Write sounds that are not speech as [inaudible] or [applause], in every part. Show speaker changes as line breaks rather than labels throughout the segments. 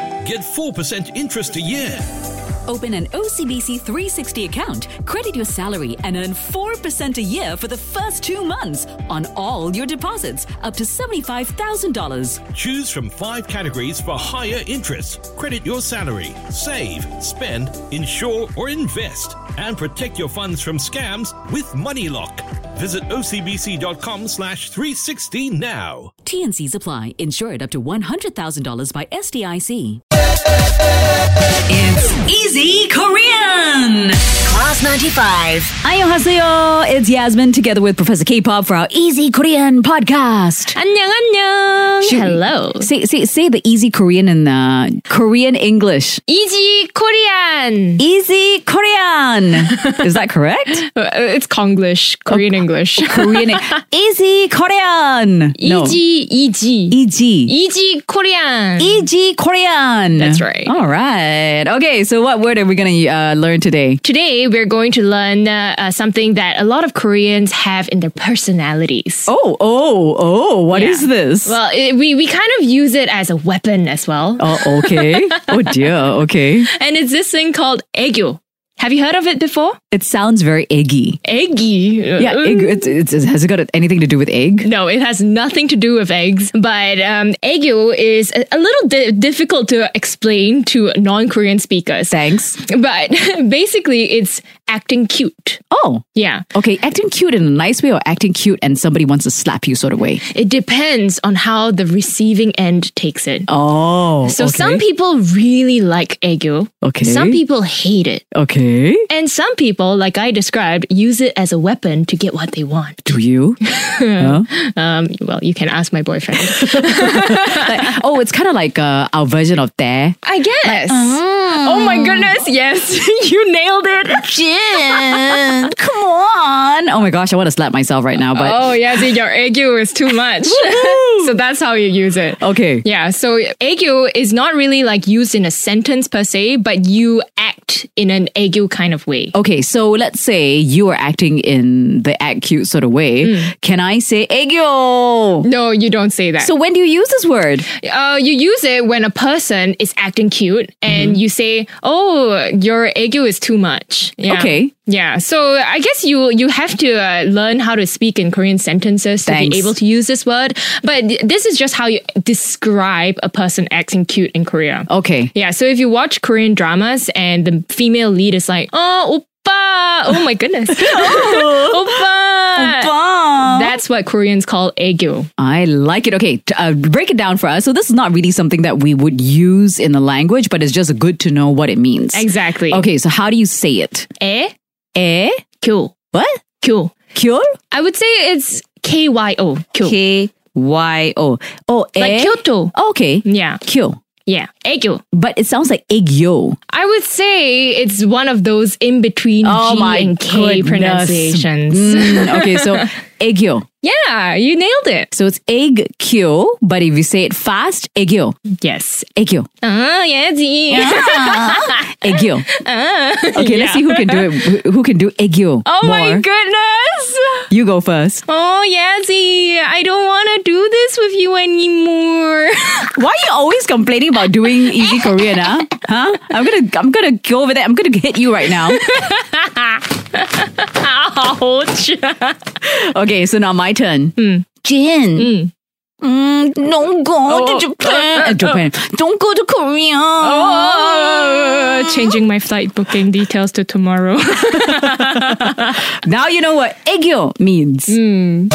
get 4% interest a year.
Open an OCBC 360 account, credit your salary, and earn 4% a year for the first two months on all your deposits up to $75,000.
Choose from five categories for higher interest. Credit your salary, save, spend, insure, or invest, and protect your funds from scams with MoneyLock. Visit ocbc.com slash 360 now.
TNCs apply, insured up to $100,000 by SDIC. It's Easy Korean!
Class 95.
안녕하세요. It's Yasmin together with Professor K-pop for our Easy Korean podcast.
안녕 안녕.
Should we-
Hello.
Say say say the easy Korean and uh, Korean English.
Easy Korean.
Easy Korean. Is that [laughs] correct?
Uh, It's Konglish, Oh, Korean English.
Korean
[laughs]
Easy Korean. No.
Easy easy.
EG.
Easy Korean.
EG Korean.
That's right.
All right. Okay, so what word are we going to uh, learn today?
Today we're going to learn uh, uh, something that a lot of Koreans have in their personalities.
Oh, oh, oh, What
Yeah.
is this?
Well, it, we we kind of use it as a weapon as well.
oh, [laughs] okay. oh dear. Okay.
And it's this thing called aegyo. Have you heard of it before? Uh,
It sounds very eggy. Uh-uh.
Eggy.
Yeah, egg, it's, it's, it- has it got anything to do with egg?
No, it has nothing to do with eggs. But um, aegyo is a, a little di- difficult to explain to non-Korean speakers.
Thanks.
But [laughs] basically, it's acting cute.
Oh,
Yeah.
okay. Acting cute in a nice way or acting cute and somebody wants to slap you sort of way?
It depends on how the receiving end takes it.
Oh.
so some people really like ego.
Okay.
Some people hate it.
Okay.
And some people, like I described, use it as a weapon to get what they want.
Do you? Huh?
Um, well, you can ask my boyfriend.
Like, oh, it's kind of like uh, our version of there.
I guess. Oh my goodness. Yes. [laughs] you nailed it.
Jen, [laughs] come on. Oh my gosh, I want to slap myself right now, but
Oh, yeah. See, your ego is too much. [laughs] so that's how you use it.
okay.
Yeah, so aegyo is not really like used in a sentence per se, but you act in an aegyo kind of way.
Okay, so let's say you are acting in the act cute sort of way. Can I say egyo?
No, you don't say that.
So when do you use this word?
uh, you use it when a person is acting cute and you say, "Oh, your aegyo is too much." Yeah.
Okay.
Yeah. So I guess you you have to uh, learn how to speak in Korean sentences to
Thanks.
be able to use this word. But th- this is just how you describe a person acting cute in Korea.
Okay.
Yeah, so if you watch Korean dramas and the female lead is like, oh, oppa, oh my
[laughs]
goodness,
Oh.
[laughs] oppa. That's what Koreans call aegyo.
I like it. Okay, t- uh, break it down for us. So this is not really something that we would use in the language, but it's just good to know what it means.
Exactly.
Okay, so how do you say it? Eh?
Aegyo.
What?
Kyo.
Kyo?
I would say it's K-Y-O. Kyo.
K Y O. Oh, eh?
like Kyoto.
Okay.
Yeah,
Kyo.
yeah. Aegyo.
But it sounds like egyo.
I would say it's one of those in between
Oh
G
my
and K
goodness.
pronunciations.
Mm, okay, [laughs] so egyo.
Yeah, you nailed it.
So it's egg kyo, but if you say it fast, egyo.
Yes.
Egyo.
Ah, yes.
[laughs] Egyo. Okay, let's see who can do it. who- Who can do egyo?
Oh my
more.
goodness.
You go first.
Oh, Yazzie, I don't want to do this with you anymore.
Why are you always complaining about doing easy Korean, huh? Huh? I'm gonna I'm gonna go over there. I'm gonna hit you right now.
Ouch.
Okay, so now my turn.
Hmm.
Jin. Mm, don't go
Oh.
to
[laughs]
Japan. Uh, Japan. Don't go to Korea.
Oh, changing my flight booking details to tomorrow. [laughs]
Now you know what egyo means.
Hmm.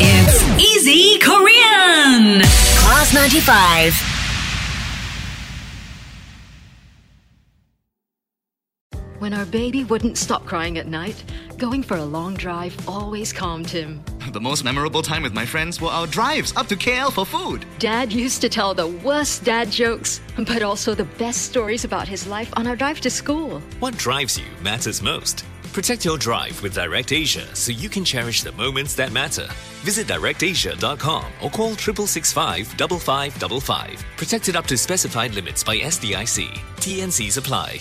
It's
Easy Korean.
Class 95.
When our baby wouldn't stop crying at night, going for a long drive always calmed him.
The most memorable time with my friends were our drives up to KL for food.
Dad used to tell the worst dad jokes, but also the best stories about his life on our drive to school.
What drives you matters most. Protect your drive with DirectAsia so you can cherish the moments that matter. Visit directasia.com or call 665 5555. Protected up to specified limits by SDIC. TNCs apply.